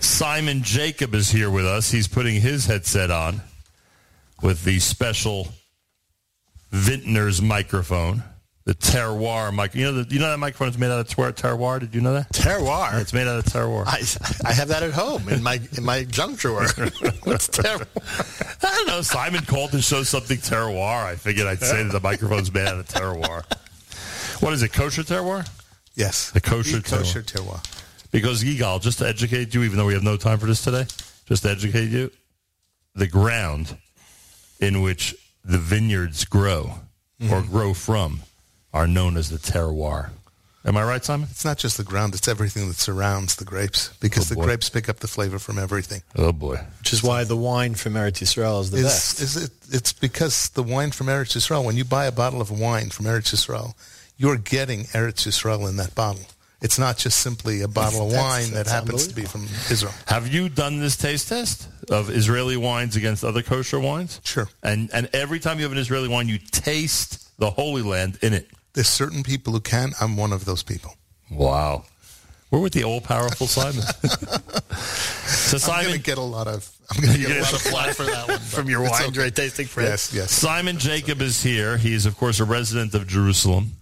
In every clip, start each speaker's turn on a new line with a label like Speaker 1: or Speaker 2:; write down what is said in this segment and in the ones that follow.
Speaker 1: Simon Jacob is here with us. He's putting his headset on with the special Vintner's microphone, the terroir mic. You know, the, you know that microphone is made out of ter- terroir. Did you know that?
Speaker 2: Terroir.
Speaker 1: It's made out of terroir.
Speaker 2: I, I have that at home in my in my junk drawer. What's terroir?
Speaker 1: I don't know. Simon called to show something terroir. I figured I'd say that the microphone's made out of terroir. What is it? Kosher terroir?
Speaker 2: Yes,
Speaker 1: The kosher
Speaker 2: Eat kosher terroir.
Speaker 1: Because Yigal, just to educate you, even though we have no time for this today, just to educate you, the ground in which the vineyards grow or grow from are known as the terroir. Am I right, Simon?
Speaker 2: It's not just the ground; it's everything that surrounds the grapes because
Speaker 1: Oh,
Speaker 2: the
Speaker 1: boy.
Speaker 2: grapes pick up the flavor from everything.
Speaker 1: Oh boy.
Speaker 3: Which is why the wine from Eretz Yisrael is the
Speaker 2: Is,
Speaker 3: best.
Speaker 2: is it, it's because the wine from Eretz Yisrael. When you buy a bottle of wine from Eretz Yisrael, you're getting Eretz Yisrael in that bottle. It's not just simply a bottle of
Speaker 3: That's-
Speaker 2: wine that
Speaker 3: that's
Speaker 2: happens to be from Israel.
Speaker 1: Have you done this taste test of Israeli wines against other kosher wines?
Speaker 2: Sure.
Speaker 1: And and every time you have an Israeli wine, you taste the Holy Land in it.
Speaker 2: There's certain people who can. I'm one of those people.
Speaker 1: Wow. We're with the all powerful Simon. so
Speaker 2: I'm
Speaker 1: Simon
Speaker 2: going to get a lot of. I'm going to
Speaker 1: You
Speaker 2: get a
Speaker 1: get
Speaker 2: lot of
Speaker 1: some
Speaker 2: flack for that one.
Speaker 1: from your
Speaker 2: It's
Speaker 1: wine
Speaker 2: okay.
Speaker 1: dra- tasting friends.
Speaker 2: Yes, yes.
Speaker 1: Simon Jacob is here. He is, of course, a resident of Jerusalem,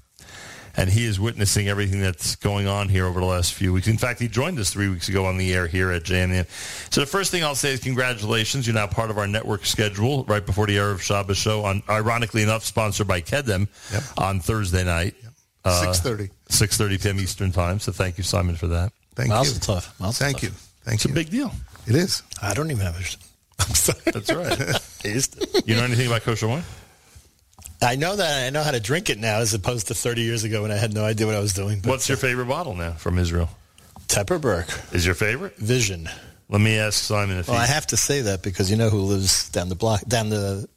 Speaker 1: and he is witnessing everything that's going on here over the last few weeks. In fact, he joined us three weeks ago on the air here at JMN. So the first thing I'll say is congratulations. You're now part of our network schedule right before the Arab Shabbos show, on, ironically enough, sponsored by Kedem
Speaker 2: Yep.
Speaker 1: on Thursday night, Uh,
Speaker 2: Six thirty.
Speaker 1: 6.30 p.m. Eastern Time. So thank you, Simon, for that.
Speaker 2: Thank
Speaker 3: Mazel
Speaker 2: you.
Speaker 3: tov. Mazel
Speaker 2: Thank
Speaker 3: tov.
Speaker 2: you. Thank
Speaker 1: It's
Speaker 2: you.
Speaker 1: a big deal.
Speaker 2: it is.
Speaker 3: I don't even have a. I'm sorry.
Speaker 1: That's right.
Speaker 3: Taste.
Speaker 1: you know anything about kosher wine?
Speaker 3: I know that I know how to drink it now, as opposed to 30 years ago when I had no idea what I was doing. But
Speaker 1: What's your favorite bottle now from Israel?
Speaker 3: Tepperberg
Speaker 1: uh, Is your favorite?
Speaker 3: Vision?
Speaker 1: Let me ask Simon if
Speaker 3: Well,
Speaker 1: he.
Speaker 3: I have to say that because you know who lives down the block, down the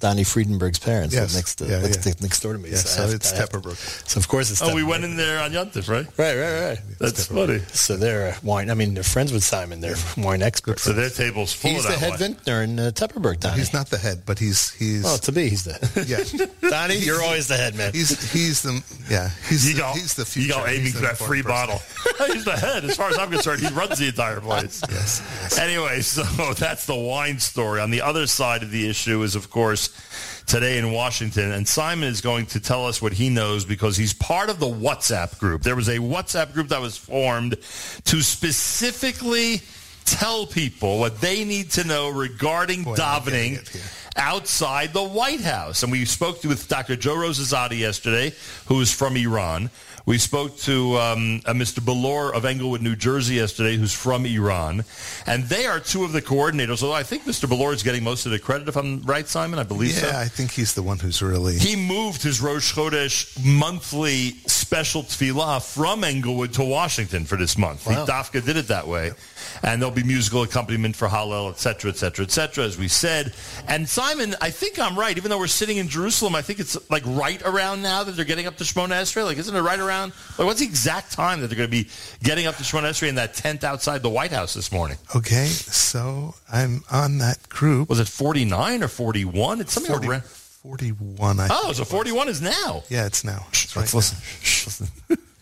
Speaker 3: Donnie Friedenberg's parents,
Speaker 2: Yes.
Speaker 3: live next to
Speaker 2: Yeah,
Speaker 3: next,
Speaker 2: yeah.
Speaker 3: to- next door to me.
Speaker 2: Yeah, so it's Tepperberg.
Speaker 3: So of course it's.
Speaker 1: oh, we
Speaker 3: Tepperberg.
Speaker 1: went in there on Yontif, right?
Speaker 3: Right, right, right.
Speaker 1: That's funny.
Speaker 3: So they're uh, wine. I mean, they're friends with Simon. They're wine experts.
Speaker 1: So their table's full
Speaker 3: he's
Speaker 1: of
Speaker 3: the
Speaker 1: that
Speaker 3: head
Speaker 1: wine.
Speaker 3: vintner in uh, Tepperberg, Donnie.
Speaker 2: He's not the head, but he's he's
Speaker 1: Oh,
Speaker 3: Well, to me, he's the
Speaker 2: yeah.
Speaker 3: Donnie. You're always the head man.
Speaker 2: He's he's the yeah. He's
Speaker 1: You
Speaker 2: the,
Speaker 1: go,
Speaker 2: he's the future.
Speaker 1: You go aiming
Speaker 2: He's
Speaker 1: for
Speaker 2: the
Speaker 1: that free
Speaker 2: important person.
Speaker 1: bottle. he's the head. As far as I'm concerned, he runs the entire place. yes, Anyway, so that's the wine story. On the other side of the issue is, of course, today in Washington. And Simon is going to tell us what he knows because he's part of the WhatsApp group. There was a WhatsApp group that was formed to specifically tell people what they need to know regarding
Speaker 2: Boy, am I getting
Speaker 1: davening
Speaker 2: it here.
Speaker 1: outside the White House. And we spoke to, with Dr. Joe Rosazati yesterday, who is from Iran. We spoke to um, uh, Mr. Balor of Englewood, New Jersey yesterday, who's from Iran. And they are two of the coordinators, although I think Mr. Balor is getting most of the credit, if I'm right, Simon. I believe so.
Speaker 2: Yeah, I think he's the one who's really.
Speaker 1: He moved his Rosh Chodesh monthly special tefillah from Englewood to Washington for this month.
Speaker 3: Wow.
Speaker 1: The Dafka did it that way. And there'll be musical accompaniment for Hallel, et cetera, et cetera, et cetera, as we said. And Simon, I think I'm right. Even though we're sitting in Jerusalem, I think it's like right around now that they're getting up to Shemona Esrei. Like, isn't it right around? Like, what's the exact time that they're going to be getting up to Shemona Esrei in that tent outside the White House this morning?
Speaker 2: Okay, so I'm on that group.
Speaker 1: Was it 49 or 41? It's something
Speaker 2: 40
Speaker 1: around.
Speaker 2: 41, I
Speaker 1: Oh,
Speaker 2: think.
Speaker 1: so 41 is now.
Speaker 2: Yeah, it's now. It's right
Speaker 1: Let's
Speaker 2: now.
Speaker 1: listen. Shh, listen.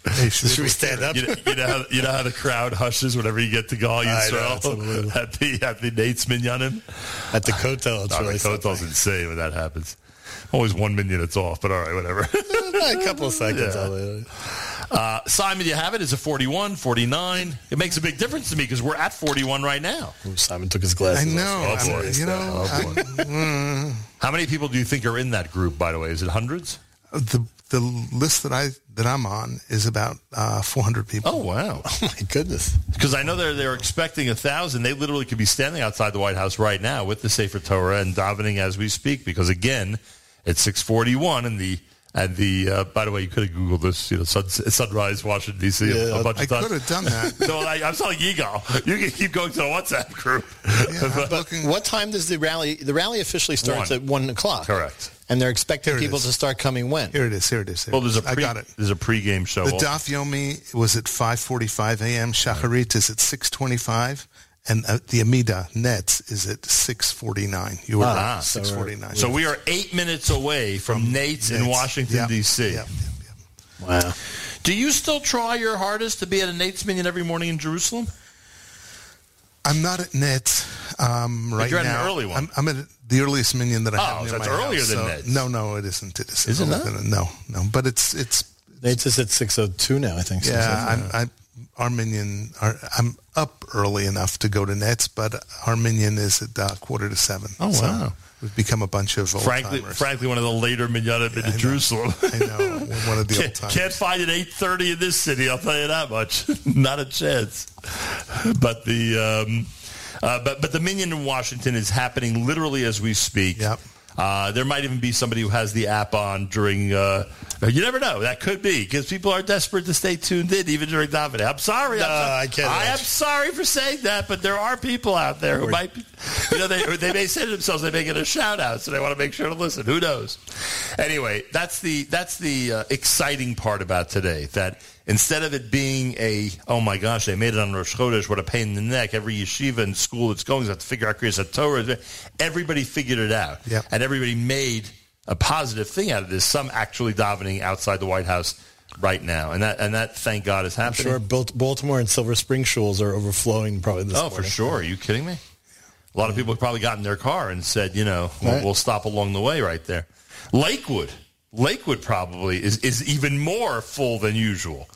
Speaker 2: Hey, should
Speaker 3: Should we stand up?
Speaker 1: you know, you know, how, you know how the crowd hushes whenever you get to Gal
Speaker 3: I know,
Speaker 1: Yisrael
Speaker 3: it's unbelievable.
Speaker 1: at the at the Nate's minyanim.
Speaker 3: At the Kotel, it's
Speaker 1: Really
Speaker 3: really
Speaker 1: Kotel's insane when that happens. Always one minyan it's off, but all right, whatever.
Speaker 3: a couple of seconds.
Speaker 1: Yeah.
Speaker 3: I'll-
Speaker 1: Uh, Simon, you have it. It's a 41, 49. It makes a big difference to me because we're at 41 right now.
Speaker 3: Ooh, Simon took his glasses.
Speaker 2: I
Speaker 3: off.
Speaker 2: know.
Speaker 1: Oh,
Speaker 2: I'm-
Speaker 1: boy.
Speaker 2: you know,
Speaker 1: Oh, boy. How many people do you think are in that group, by the way? Is it hundreds?
Speaker 2: I'm- the the list that I that I'm on is about uh, 400 people.
Speaker 1: Oh, wow.
Speaker 3: Oh my goodness.
Speaker 1: Because I know they're, they're expecting a thousand. They literally could be standing outside the White House right now with the Sefer Torah and davening as we speak. Because again, it's six forty one, and the and the uh, by the way, you could have googled this, you know, sun, sunrise Washington D.C. a- a,
Speaker 3: Yeah,
Speaker 1: bunch
Speaker 2: I
Speaker 1: of times.
Speaker 2: could have done that.
Speaker 1: No, I, I'm telling Egal, you can keep going to the WhatsApp group.
Speaker 2: Yeah, I'm looking.
Speaker 3: What time does the rally? The rally officially starts
Speaker 1: One.
Speaker 3: at one o'clock.
Speaker 1: Correct.
Speaker 3: And they're expecting
Speaker 2: Here it
Speaker 3: people
Speaker 2: is.
Speaker 3: to start coming when?
Speaker 2: Here it is. Here it is. Here
Speaker 1: well,
Speaker 2: it
Speaker 1: there's
Speaker 2: is.
Speaker 1: a pre,
Speaker 2: I got it.
Speaker 1: there's a pregame show.
Speaker 2: The
Speaker 1: also.
Speaker 2: Daf Yomi was at 5:45 a.m. Shacharit is at 6:25, and uh, the Amida Nets is at 6:49. You were
Speaker 3: Ah,
Speaker 2: right,
Speaker 3: so
Speaker 2: 6:49.
Speaker 1: so we are eight minutes away from, Nate's, in
Speaker 2: Nate's.
Speaker 1: Washington
Speaker 2: Yep,
Speaker 1: D.C.
Speaker 2: yep, yep, yep.
Speaker 3: Wow.
Speaker 1: Do you still try your hardest to be at a Nate's minion every morning in Jerusalem?
Speaker 2: I'm not at Neds um, right
Speaker 1: you're at an
Speaker 2: now.
Speaker 1: early one.
Speaker 2: I'm, I'm at the earliest minion that I
Speaker 1: Oh,
Speaker 2: have. near
Speaker 1: that's
Speaker 2: my
Speaker 1: earlier
Speaker 2: house,
Speaker 1: than
Speaker 2: so-
Speaker 1: Ned's.
Speaker 2: No, no, it isn't. It isn't.
Speaker 1: Is it not?
Speaker 2: No, no. But it's it's
Speaker 3: Nate's just at 6.02 now, I think.
Speaker 2: yeah. I'm, I'm our minion. Our, I'm up early enough to go to Nets, but our minion is at uh, quarter to seven.
Speaker 1: Oh, wow.
Speaker 2: we've become a bunch of old
Speaker 1: Frankly,
Speaker 2: timers.
Speaker 1: frankly, one of the later mignonette yeah, in Jerusalem.
Speaker 2: I know we're one of the old
Speaker 1: Can't,
Speaker 2: timers.
Speaker 1: can't find it eight thirty in this city. I'll tell you that much. Not a chance. But the um, uh, but but the minion in Washington is happening literally as we speak.
Speaker 2: Yep.
Speaker 1: Uh, there might even be somebody who has the app on during. Uh, you never know. That could be because people are desperate to stay tuned in even during Dominic. I'm sorry.
Speaker 3: No,
Speaker 1: I'm sorry.
Speaker 3: I can't
Speaker 1: I am
Speaker 3: imagine.
Speaker 1: sorry for saying that, but there are people out there who might, be, you know, they or they may say to themselves they may get a shout out, so they want to make sure to listen. Who knows? Anyway, that's the that's the uh, exciting part about today. That instead of it being a oh my gosh, they made it on Rosh Chodesh, what a pain in the neck. Every yeshiva and school that's going has to figure out Kriyas Torah. Everybody figured it out,
Speaker 2: Yeah.
Speaker 1: and everybody made a positive thing out of this. Some actually davening outside the White House right now, and that and that thank God is happening.
Speaker 3: Sure, Bal- Baltimore and Silver Spring shuls are overflowing probably this
Speaker 1: Oh, for
Speaker 3: morning.
Speaker 1: sure. Are you kidding me? A lot of people have probably got in their car and said, you know, we'll,
Speaker 3: Right.
Speaker 1: we'll stop along the way right there. Lakewood. Lakewood probably is, is even more full than usual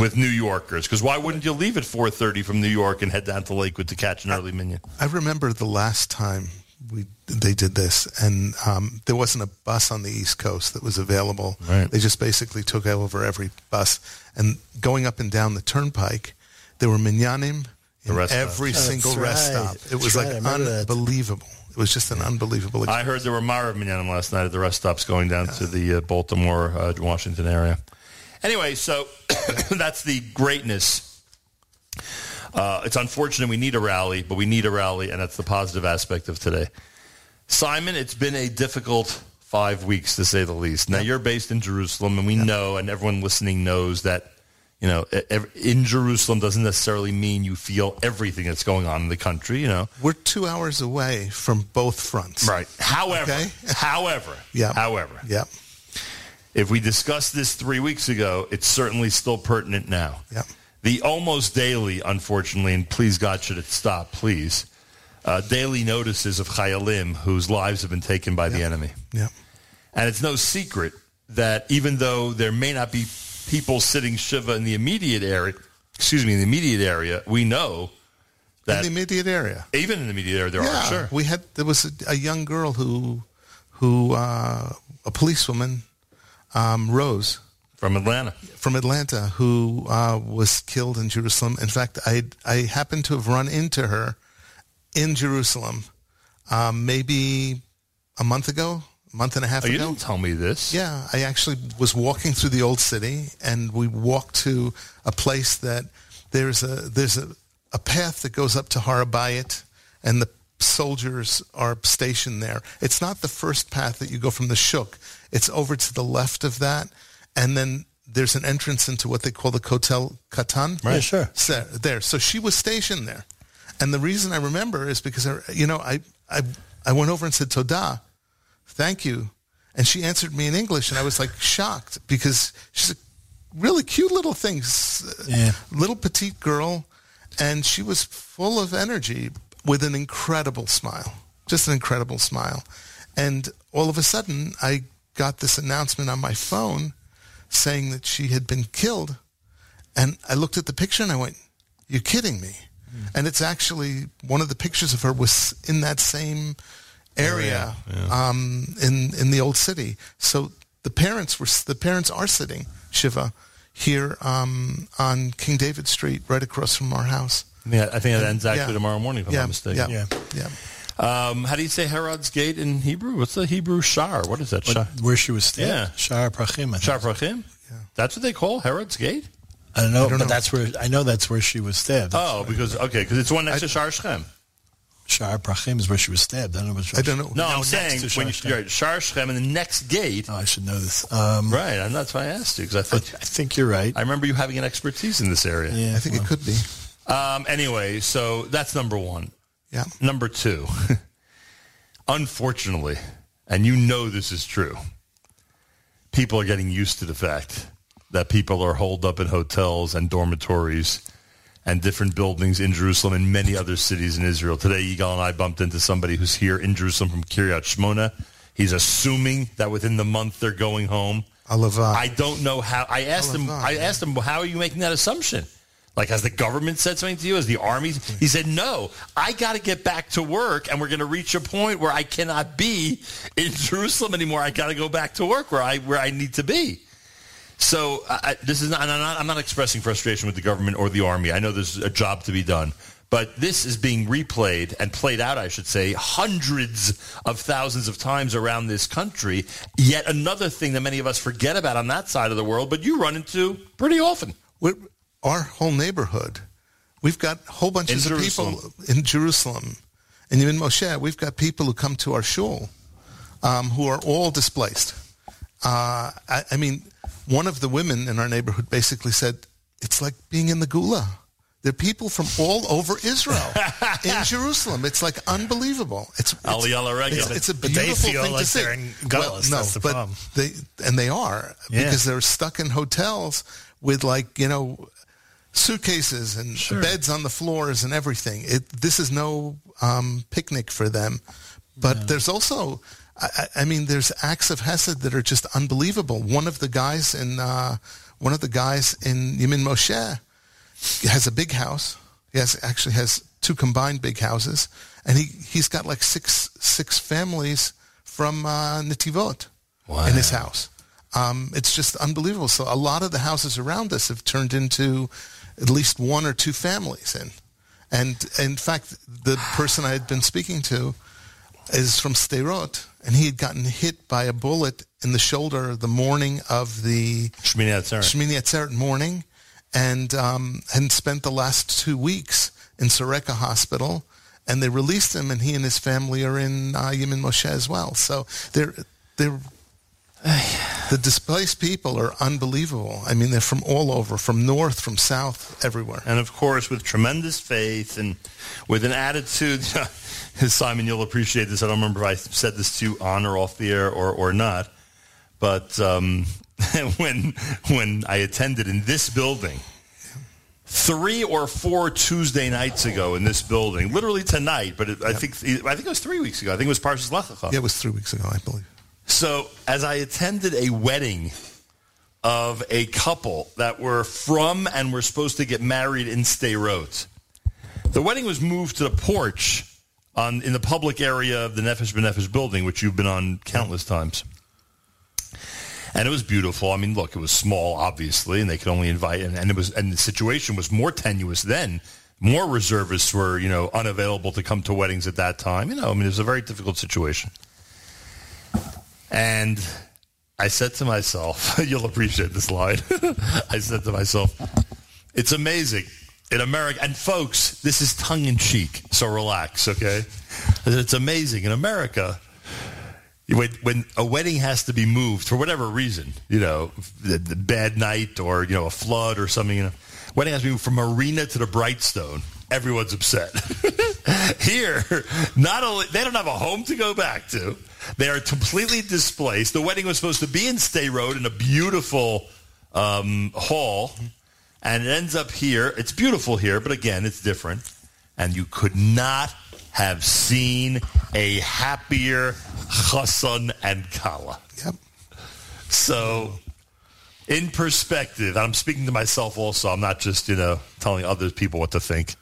Speaker 1: with New Yorkers. Because why wouldn't you leave at 4.30 from New York and head down to Lakewood to catch an early minion?
Speaker 2: I remember the last time we they did this, and um, there wasn't a bus on the East Coast that was available.
Speaker 1: Right.
Speaker 2: They just basically took over every bus, and going up and down the turnpike, there were minyanim in
Speaker 1: rest stop.
Speaker 2: every
Speaker 3: That's
Speaker 2: single rest
Speaker 3: right.
Speaker 2: stop. It
Speaker 3: That's
Speaker 2: was
Speaker 3: right. I
Speaker 2: like
Speaker 3: remember that.
Speaker 2: unbelievable. It was just an unbelievable.
Speaker 1: I heard there were Myra Mignon last night at the rest stops going down to the uh, Baltimore, uh, Washington area. Anyway, so that's the greatness. Uh, it's unfortunate we need a rally, but we need a rally, and that's the positive aspect of today. Simon, it's been a difficult five weeks to say the least. Now you're based in Jerusalem, and we know, and everyone listening knows that you know e- ev- in Jerusalem doesn't necessarily mean you feel everything that's going on in the country. You know,
Speaker 2: We're two hours away from both fronts.
Speaker 1: Right. However,
Speaker 2: Okay.
Speaker 1: however,
Speaker 2: Yeah.
Speaker 1: however,
Speaker 2: Yep.
Speaker 1: if we discussed this three weeks ago, it's certainly still pertinent now.
Speaker 2: Yeah.
Speaker 1: The almost daily, unfortunately, and please God, should it stop, please, uh, daily notices of Chayalim whose lives have been taken by the enemy.
Speaker 2: Yep.
Speaker 1: And it's no secret that even though there may not be people sitting Shiva in the immediate area, excuse me, in the immediate area, we know
Speaker 2: In
Speaker 1: that
Speaker 2: the immediate area.
Speaker 1: even in the immediate area there are, sure.
Speaker 2: We had there was a, a young girl who who uh, a policewoman um, Rose
Speaker 1: From Atlanta.
Speaker 2: from Atlanta who uh, was killed in Jerusalem. In fact, I I happened to have run into her in Jerusalem um, maybe a month ago, a month and a half
Speaker 1: Oh,
Speaker 2: ago.
Speaker 1: you didn't tell me this.
Speaker 2: Yeah, I actually was walking through the old city, and we walked to a place that there's a there's a, a path that goes up to Harabayat, and the soldiers are stationed there. It's not the first path that you go from the Shuk. It's over to the left of that, and then there's an entrance into what they call the Kotel Katan.
Speaker 3: Right. Yeah, sure.
Speaker 2: So, there. So she was stationed there, and the reason I remember is because I, you know, I I I went over and said Toda thank you. And she answered me in English, and I was like shocked because she's a really cute little thing, s-
Speaker 3: Yeah.
Speaker 2: little petite girl, and she was full of energy with an incredible smile, just an incredible smile. And all of a sudden, I got this announcement on my phone saying that she had been killed. And I looked at the picture and I went, "You're kidding me!" And it's actually one of the pictures of her was in that same area um, in in the old city. So the parents were the parents are sitting Shiva here um, on King David Street, right across from our house.
Speaker 1: Yeah, I think that ends actually
Speaker 2: Yeah.
Speaker 1: tomorrow morning, if I'm
Speaker 2: yeah,
Speaker 1: not mistaken.
Speaker 2: yeah,
Speaker 3: Yeah.
Speaker 2: yeah.
Speaker 1: Um, how do you say Herod's Gate in Hebrew? What's the Hebrew Shar? What is that? Shar,
Speaker 3: Where she was staying?
Speaker 1: Yeah.
Speaker 3: Shara Prachim. I think.
Speaker 1: Shar Prachim? That's what they call Herod's Gate?
Speaker 3: I don't know,
Speaker 2: don't
Speaker 3: but
Speaker 2: know.
Speaker 3: that's where I know that's where she was stabbed.
Speaker 1: Oh, because, okay, because it's one next to Shar Shem.
Speaker 3: Shara Prachim is where she was stabbed. I don't know. Which
Speaker 2: I don't know.
Speaker 1: No, I'm
Speaker 3: next
Speaker 1: saying
Speaker 3: to
Speaker 1: when
Speaker 3: Shar Shem.
Speaker 1: you, you're Shar Shem and the next gate.
Speaker 3: Oh, I should know this. Um,
Speaker 1: Right, and that's why I asked you, because I
Speaker 3: I, I
Speaker 1: thought,
Speaker 3: think you're right.
Speaker 1: I remember you having an expertise in this area.
Speaker 3: yeah,
Speaker 2: I think it could be.
Speaker 1: Um, anyway, so that's number one.
Speaker 2: Yeah,
Speaker 1: Number two, unfortunately, and you know this is true, people are getting used to the fact that people are holed up in hotels and dormitories and different buildings in Jerusalem and many other cities in Israel. Today, Egal and I bumped into somebody who's here in Jerusalem from Kiryat Shmona. He's assuming that within the month they're going home.
Speaker 2: Alavai.
Speaker 1: I don't know how. I asked him.
Speaker 2: Alavai,
Speaker 1: I
Speaker 2: yeah.
Speaker 1: asked him, "How are you making that assumption? Like, has the government said something to you? Has the army?" He said, "No. I got to get back to work, and we're going to reach a point where I cannot be in Jerusalem anymore. I got to go back to work where I where I need to be." So I, I- this is not I'm, not. I'm not expressing frustration with the government or the army. I know there's a job to be done, but this is being replayed and played out, I should say, hundreds of thousands of times around this country. Yet another thing that many of us forget about on that side of the world, but you run into pretty often.
Speaker 2: we're, our whole neighborhood. We've got whole bunches
Speaker 1: In
Speaker 2: of
Speaker 1: Jerusalem.
Speaker 2: people in Jerusalem, and even Moshe. We've got people who come to our shul um, who are all displaced. Uh, I, I mean, one of the women in our neighborhood basically said, "It's like being in the Gula." They're people from all over Israel in Jerusalem. It's like unbelievable. It's it's,
Speaker 1: Aliyah Laregel.
Speaker 2: it's, it's a
Speaker 3: But they
Speaker 2: beautiful
Speaker 3: feel
Speaker 2: thing
Speaker 3: like
Speaker 2: to see.
Speaker 3: they're in gullahs. That's the
Speaker 2: but
Speaker 3: problem.
Speaker 2: they and they are
Speaker 3: Yeah.
Speaker 2: because they're stuck in hotels with like you know suitcases and beds on the floors and everything. It this is no um, picnic for them. But there's also, I, I- I mean, there's acts of hesed that are just unbelievable. One of the guys in uh, one of the guys in Yemin Moshe has a big house. He has actually has two combined big houses, and he he's got like six six families from uh, Nativot in his house. Um, it's just unbelievable. So a lot of the houses around us have turned into at least one or two families, and and in fact, the person I had been speaking to is from Sderot, and he had gotten hit by a bullet in the shoulder the morning of the
Speaker 1: Shmini Atzeret.
Speaker 2: Shmini Atzeret morning, and um, and spent the last two weeks in Sareka Hospital, and they released him, and he and his family are in uh, Yemen Moshe as well. So they're they're. The displaced people are unbelievable. I mean, they're from all over, from north, from south, everywhere.
Speaker 1: and of course with tremendous faith and with an attitude simon you'll appreciate this i don't remember if i said this to you on or off the air or, or not but um, when when i attended in this building three or four Tuesday nights ago in this building, literally tonight. But it, I think I think it was three weeks ago. I think it was Parshas Lech Lecha.
Speaker 2: Yeah, it was three weeks ago, I believe.
Speaker 1: So, as I attended a wedding of a couple that were from and were supposed to get married in Sderot, the wedding was moved to the porch on in the public area of the Nefesh B'Nefesh building, which you've been on countless times. And it was beautiful. I mean, look, it was small, obviously, and they could only invite, and, and it was, and the situation was more tenuous then. More reservists were, you know, unavailable to come to weddings at that time. You know, I mean, it was a very difficult situation. And I said to myself, you'll appreciate this line. I said to myself, it's amazing in America. And folks, this is tongue in cheek, so relax, okay? I said, it's amazing in America. When, when a wedding has to be moved for whatever reason, you know, the, the bad night or, you know, a flood or something, you know, wedding has to be moved from Marina to the Brightstone. Everyone's upset. Here, not only, they don't have a home to go back to. They are completely displaced. The wedding was supposed to be in Stay Road in a beautiful um, hall, and it ends up here. It's beautiful here, but again, it's different. And you could not have seen a happier Chassan and Kala.
Speaker 2: Yep.
Speaker 1: So, in perspective, I'm speaking to myself also. I'm not just, you know, telling other people what to think.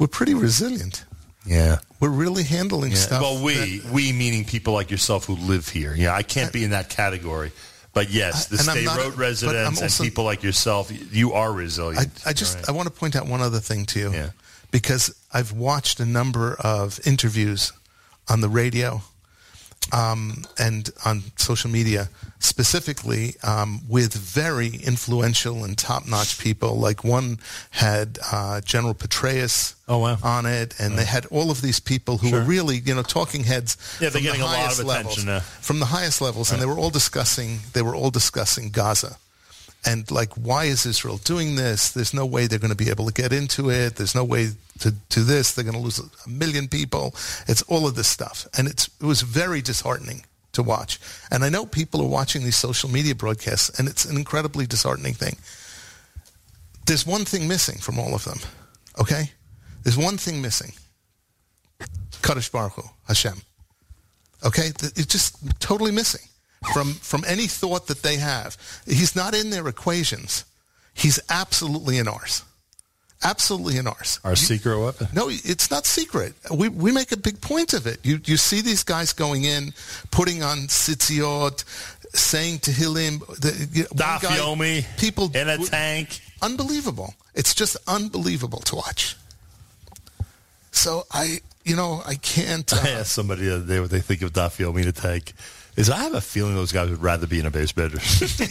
Speaker 2: We're pretty resilient.
Speaker 1: Yeah.
Speaker 2: We're really handling stuff.
Speaker 1: Well, we, we meaning people like yourself who live here. Yeah, I can't be in that category. But yes, the
Speaker 2: And I'm
Speaker 1: state
Speaker 2: not-
Speaker 1: road
Speaker 2: but I'm
Speaker 1: residents
Speaker 2: also-
Speaker 1: and people like yourself, you are
Speaker 2: I,
Speaker 1: resilient.
Speaker 2: I just I want to point out one other thing to you,
Speaker 1: Yeah.
Speaker 2: because I've watched a number of interviews on the radio um, and on social media, specifically um, with very influential and top-notch people. Like one had uh, General Petraeus
Speaker 1: Oh, wow.
Speaker 2: on it, and they had all of these people who were really you know talking heads.
Speaker 1: Yeah, they're
Speaker 2: from the
Speaker 1: getting a lot of
Speaker 2: highest
Speaker 1: attention
Speaker 2: levels
Speaker 1: now.
Speaker 2: from the highest levels, and they were all discussing they were all discussing Gaza, and like why is Israel doing this? There's no way they're going to be able to get into it. There's no way to do this. They're going to lose a million people. It's all of this stuff, and it's it was very disheartening to watch. And I know people are watching these social media broadcasts, and it's an incredibly disheartening thing. There's one thing missing from all of them, Okay? There's one thing missing. Kaddish Baruch Hu, Hashem. Okay? Th- It's just totally missing from, from any thought that they have. He's not in their equations. He's absolutely in ours. Absolutely in ours.
Speaker 3: Our secret weapon.
Speaker 2: No, it's not secret. We, we make a big point of it. You, you see these guys going in, putting on sitziot, saying to Hilim, the, you- one
Speaker 1: Daf
Speaker 2: guy-
Speaker 1: Yomi
Speaker 2: people,
Speaker 1: in a tank.
Speaker 2: unbelievable. It's just unbelievable to watch. So I, you know, I can't.
Speaker 1: I
Speaker 2: Uh,
Speaker 1: asked somebody the other day what they think of Daf Yomi in a tank. Is I have a feeling those guys would rather be in a basement.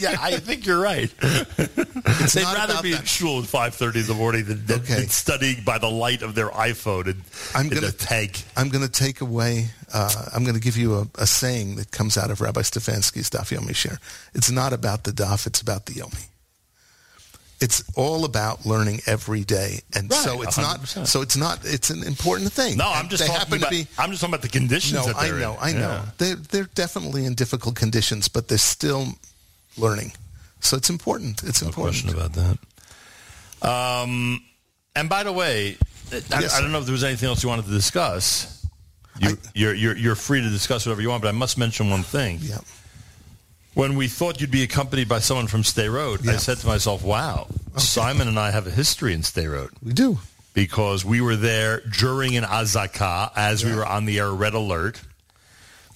Speaker 1: yeah, I think you're right. They'd
Speaker 2: not
Speaker 1: rather
Speaker 2: about
Speaker 1: be in
Speaker 2: that.
Speaker 1: shul at 5.30 in the morning than, than,
Speaker 2: Okay.
Speaker 1: than studying by the light of their iPhone and,
Speaker 2: I'm
Speaker 1: in
Speaker 2: gonna-
Speaker 1: a tank.
Speaker 2: I'm going to take away. Uh, I'm going to give you a, a saying that comes out of Rabbi Stefanski's Daf Yomi Shir. It's not about the Daf. It's about the Yomi. It's all about learning every day, and
Speaker 1: Right,
Speaker 2: so it's not.
Speaker 1: 100%.
Speaker 2: So it's not. It's an important thing.
Speaker 1: No,
Speaker 2: And
Speaker 1: I'm just
Speaker 2: they
Speaker 1: talking
Speaker 2: happen
Speaker 1: about,
Speaker 2: to be.
Speaker 1: I'm just talking about the conditions
Speaker 2: No,
Speaker 1: that
Speaker 2: I
Speaker 1: they're in.
Speaker 2: know, I know.
Speaker 1: Yeah.
Speaker 2: They're they're definitely in difficult conditions, but they're still learning. So it's important. It's important.
Speaker 1: question about that. Um, and by the way, I,
Speaker 2: Yes,
Speaker 1: I
Speaker 2: sir.
Speaker 1: don't know if there was anything else you wanted to discuss. You, you're, you're, you're free to discuss whatever you want, but I must mention one thing.
Speaker 2: Yeah.
Speaker 1: When we thought you'd be accompanied by someone from Stay Road, I
Speaker 2: Yeah.
Speaker 1: said to myself, wow, Simon and I have a history in Stay Road
Speaker 2: We do.
Speaker 1: because we were there during an Azaka as we were on the air red alert.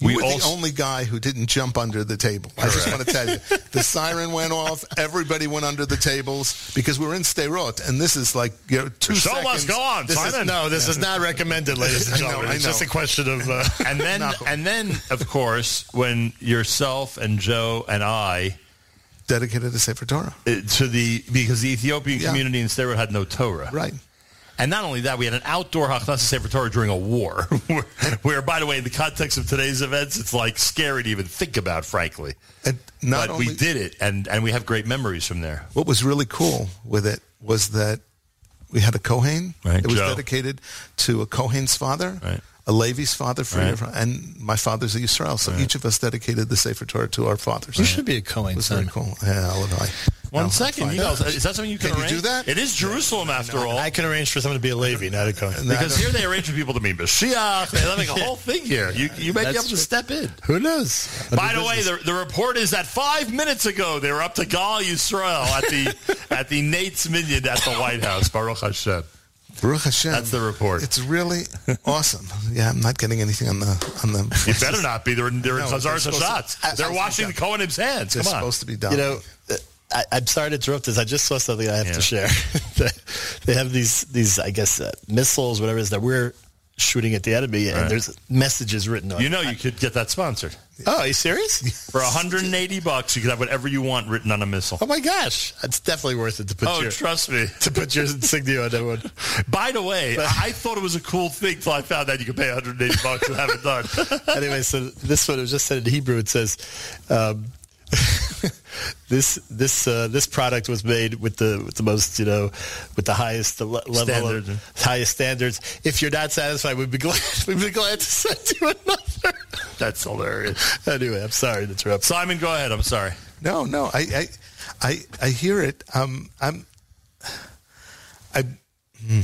Speaker 2: We
Speaker 1: We
Speaker 2: were the
Speaker 1: also,
Speaker 2: only guy who didn't jump under the table. I just want to tell you. The siren went off. Everybody went under the tables because we were in Sderot, and this is like you know, two
Speaker 1: So
Speaker 2: seconds.
Speaker 1: must go on,
Speaker 2: This is-
Speaker 1: Simon.
Speaker 3: No, this is not recommended, ladies and
Speaker 2: I know,
Speaker 3: gentlemen.
Speaker 2: I
Speaker 3: it's
Speaker 2: know.
Speaker 3: just a question of. Uh,
Speaker 1: and then
Speaker 2: Knuckle.
Speaker 1: and then of course when yourself and Joe and I
Speaker 2: dedicated to Sefer Torah.
Speaker 1: uh, to the because the Ethiopian
Speaker 2: Yeah.
Speaker 1: community in Sderot had no Torah.
Speaker 2: Right.
Speaker 1: And not only that, we had an outdoor Hachnasa Sefer Torah during a war, where, where, by the way, in the context of today's events, it's like scary to even think about, frankly.
Speaker 2: And not
Speaker 1: but
Speaker 2: only,
Speaker 1: we did it, and, and we have great memories from there.
Speaker 2: What was really cool with it was that we had a Kohen.
Speaker 1: Right,
Speaker 2: it was
Speaker 1: Joe.
Speaker 2: dedicated to a Kohen's father,
Speaker 1: Right.
Speaker 2: a Levi's father, for
Speaker 1: Right.
Speaker 2: your, and my father's a Yisrael. So each of us dedicated the Sefer Torah to our fathers.
Speaker 3: you should be a
Speaker 2: It
Speaker 3: Cohen
Speaker 2: was very
Speaker 3: son.
Speaker 2: cool. Yeah, I'll admit.
Speaker 1: One
Speaker 2: No,
Speaker 1: second,
Speaker 2: fine.
Speaker 1: you guys, is that something you can,
Speaker 2: Can you
Speaker 1: arrange?
Speaker 2: do that?
Speaker 1: It is Jerusalem, after all.
Speaker 3: I can arrange for someone to be a Levi, not a Cohen.
Speaker 2: No, I
Speaker 1: because
Speaker 2: don't-
Speaker 1: here they arrange for people to mean Mashiach. They're having a whole thing here. You, you may be
Speaker 3: That's
Speaker 1: able to
Speaker 3: true.
Speaker 1: step in.
Speaker 3: Who knows?
Speaker 1: By the way, the, the report is that five minutes ago they were up to Gal Yisrael at the at the Nate's Minion at the White House. Baruch Hashem.
Speaker 2: Baruch Hashem.
Speaker 1: That's the report.
Speaker 2: It's really awesome. Yeah, I'm not getting anything on the on the.
Speaker 1: You better not be. They're in, they're in
Speaker 2: No,
Speaker 1: Chazar
Speaker 2: they're supposed to-
Speaker 1: Sashatz.
Speaker 2: I- I
Speaker 1: they're
Speaker 2: think
Speaker 1: washing
Speaker 2: that-
Speaker 1: Cohen's hands.
Speaker 2: It's
Speaker 1: Come on.
Speaker 2: supposed to be done.
Speaker 3: you
Speaker 1: Oh.
Speaker 3: know, uh, I, I'm sorry to interrupt this. I just saw something I have
Speaker 1: Yeah.
Speaker 3: to share. they have these, these I guess, uh, missiles, whatever it is, that we're shooting at the enemy, and
Speaker 1: Right.
Speaker 3: there's messages written on
Speaker 1: You
Speaker 3: it.
Speaker 1: know you could get that sponsored.
Speaker 3: Oh, are you serious?
Speaker 1: For 180 bucks, you could have whatever you want written on a missile.
Speaker 3: Oh, my gosh. It's definitely worth it to put
Speaker 1: Oh,
Speaker 3: your...
Speaker 1: trust me.
Speaker 3: to put your insignia on that one.
Speaker 1: By the way, I I thought it was a cool thing till I found out you could pay 180 bucks and have it done.
Speaker 3: anyway, so this one it was just said in Hebrew. It says, um, "This this uh, this product was made with the with the most you know with the highest le- level
Speaker 1: Standards.
Speaker 3: of highest standards. If you're not satisfied, we'd be glad we'd be glad to send you another."
Speaker 1: That's hilarious.
Speaker 3: anyway, I'm sorry to interrupt.
Speaker 1: Simon, go ahead. I'm sorry.
Speaker 2: No, no, I, I, I, I hear it. Um, I'm, I, hmm.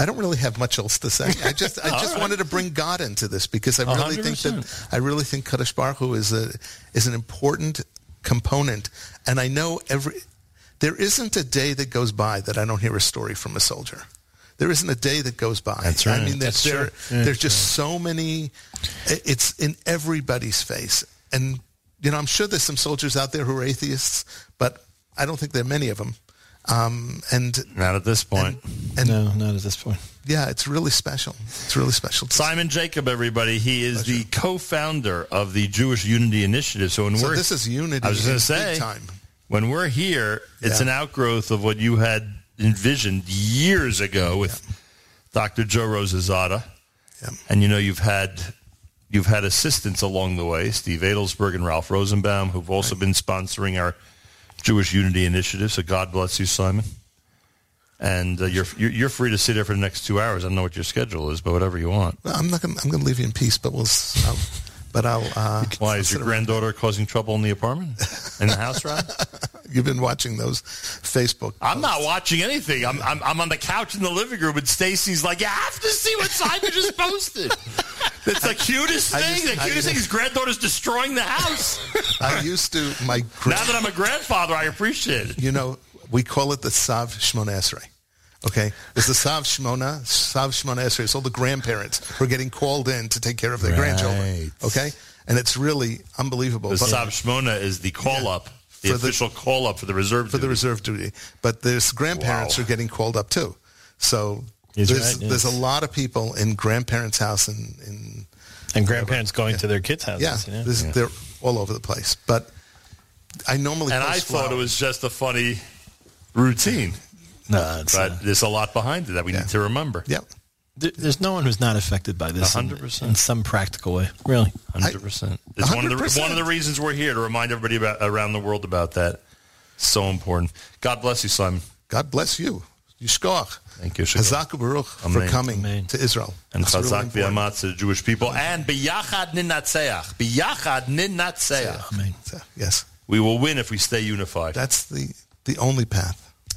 Speaker 2: I don't really have much else to say. I just, I just wanted to bring God into this because I really think that
Speaker 1: 100%.
Speaker 2: I really think Kaddish Baruch Hu is a is an important component, and I know every there isn't a day that goes by that I don't hear a story from a soldier. There isn't a day that goes by. That's
Speaker 1: right.
Speaker 2: I mean,
Speaker 1: That's
Speaker 2: there's
Speaker 1: true.
Speaker 2: there, there's just so many. i- It's in everybody's face, and you know, I'm sure there's some soldiers out there who are atheists, but I don't think there are many of them. Um, and
Speaker 1: Not at this point.
Speaker 2: and
Speaker 3: No, not at this point.
Speaker 2: yeah, it's really special. It's really special.
Speaker 1: Simon Jacob, everybody. He is the co-founder of the Jewish Unity Initiative. So when
Speaker 2: so
Speaker 1: we're
Speaker 2: this is unity.
Speaker 1: I was going
Speaker 2: in
Speaker 1: to say,
Speaker 2: big time.
Speaker 1: when we're here, it's
Speaker 2: Yeah.
Speaker 1: an outgrowth of what you had envisioned years ago with Dr. Joe Rosazada.
Speaker 2: Yeah.
Speaker 1: And you know you've had you've had assistants along the way, Steve Adelsberg and Ralph Rosenbaum, who've also been sponsoring our Jewish Unity Initiative. So God bless you, Simon. And uh, you're you're you're free to sit here for the next two hours. I don't know what your schedule is, but whatever you want.
Speaker 2: Well, I'm not. Gonna, I'm going to leave you in peace, but we'll. s- I'll, But I'll. Uh,
Speaker 1: Why is your granddaughter causing trouble in the apartment? In the house, right?
Speaker 2: You've been watching those Facebook.
Speaker 1: I'm not watching anything. I'm, I'm I'm on the couch in the living room, and Stacy's like, "You have to see what Simon just posted." It's the cutest
Speaker 2: I
Speaker 1: thing.
Speaker 2: just-
Speaker 1: the
Speaker 2: I
Speaker 1: cutest
Speaker 2: just-
Speaker 1: thing is granddaughter's destroying the house.
Speaker 2: I used to my. Grand-
Speaker 1: now that I'm a grandfather, I appreciate it.
Speaker 2: you know, we call it the Sav Shmona Esrei. Okay, it's the Sav Shmona, Sav Shmona Esrei. It's all the grandparents who are getting called in to take care of their grandchildren.
Speaker 3: Right.
Speaker 2: Okay, and it's really unbelievable
Speaker 1: The
Speaker 2: but-
Speaker 1: Sav Shmona is the call up, the
Speaker 2: For the-
Speaker 1: official call up for the reserve.
Speaker 2: for the reserve duty. But there's grandparents
Speaker 1: Wow.
Speaker 2: who are getting called up too. So
Speaker 3: He's
Speaker 2: there's
Speaker 3: right,
Speaker 2: there's
Speaker 3: yes.
Speaker 2: a lot of people in grandparents' house and in
Speaker 3: And grandparents going to their kids' houses.
Speaker 2: yeah,
Speaker 3: you know?
Speaker 2: This, they're all over the place. But I normally
Speaker 1: and I
Speaker 2: post
Speaker 1: thought it
Speaker 2: flowers.
Speaker 1: was just a funny routine,
Speaker 3: no, it's
Speaker 1: but
Speaker 3: not.
Speaker 1: there's a lot behind it that we
Speaker 2: Yeah.
Speaker 1: need to remember.
Speaker 2: yeah.
Speaker 3: There, there's no one who's not affected by this in-
Speaker 1: 100%.
Speaker 3: in some practical way. Really.
Speaker 1: Hundred percent. It's one of the
Speaker 2: 100%.
Speaker 1: one of the reasons we're here to remind everybody about around the world about that. So important. God bless you, Simon,
Speaker 2: God bless you. Yishkoach.
Speaker 1: Thank you, Shkoach.
Speaker 2: Hazak ubaruch for
Speaker 1: Amen.
Speaker 2: coming
Speaker 3: Amen.
Speaker 2: to Israel.
Speaker 1: and
Speaker 2: That's really
Speaker 1: Chazak
Speaker 2: important.
Speaker 1: v'amatz to the Jewish people, and biyachad ninatzeach, biyachad ninatzeach.
Speaker 3: I mean,
Speaker 2: So, yes,
Speaker 1: We will win if we stay unified.
Speaker 2: that's the the only path.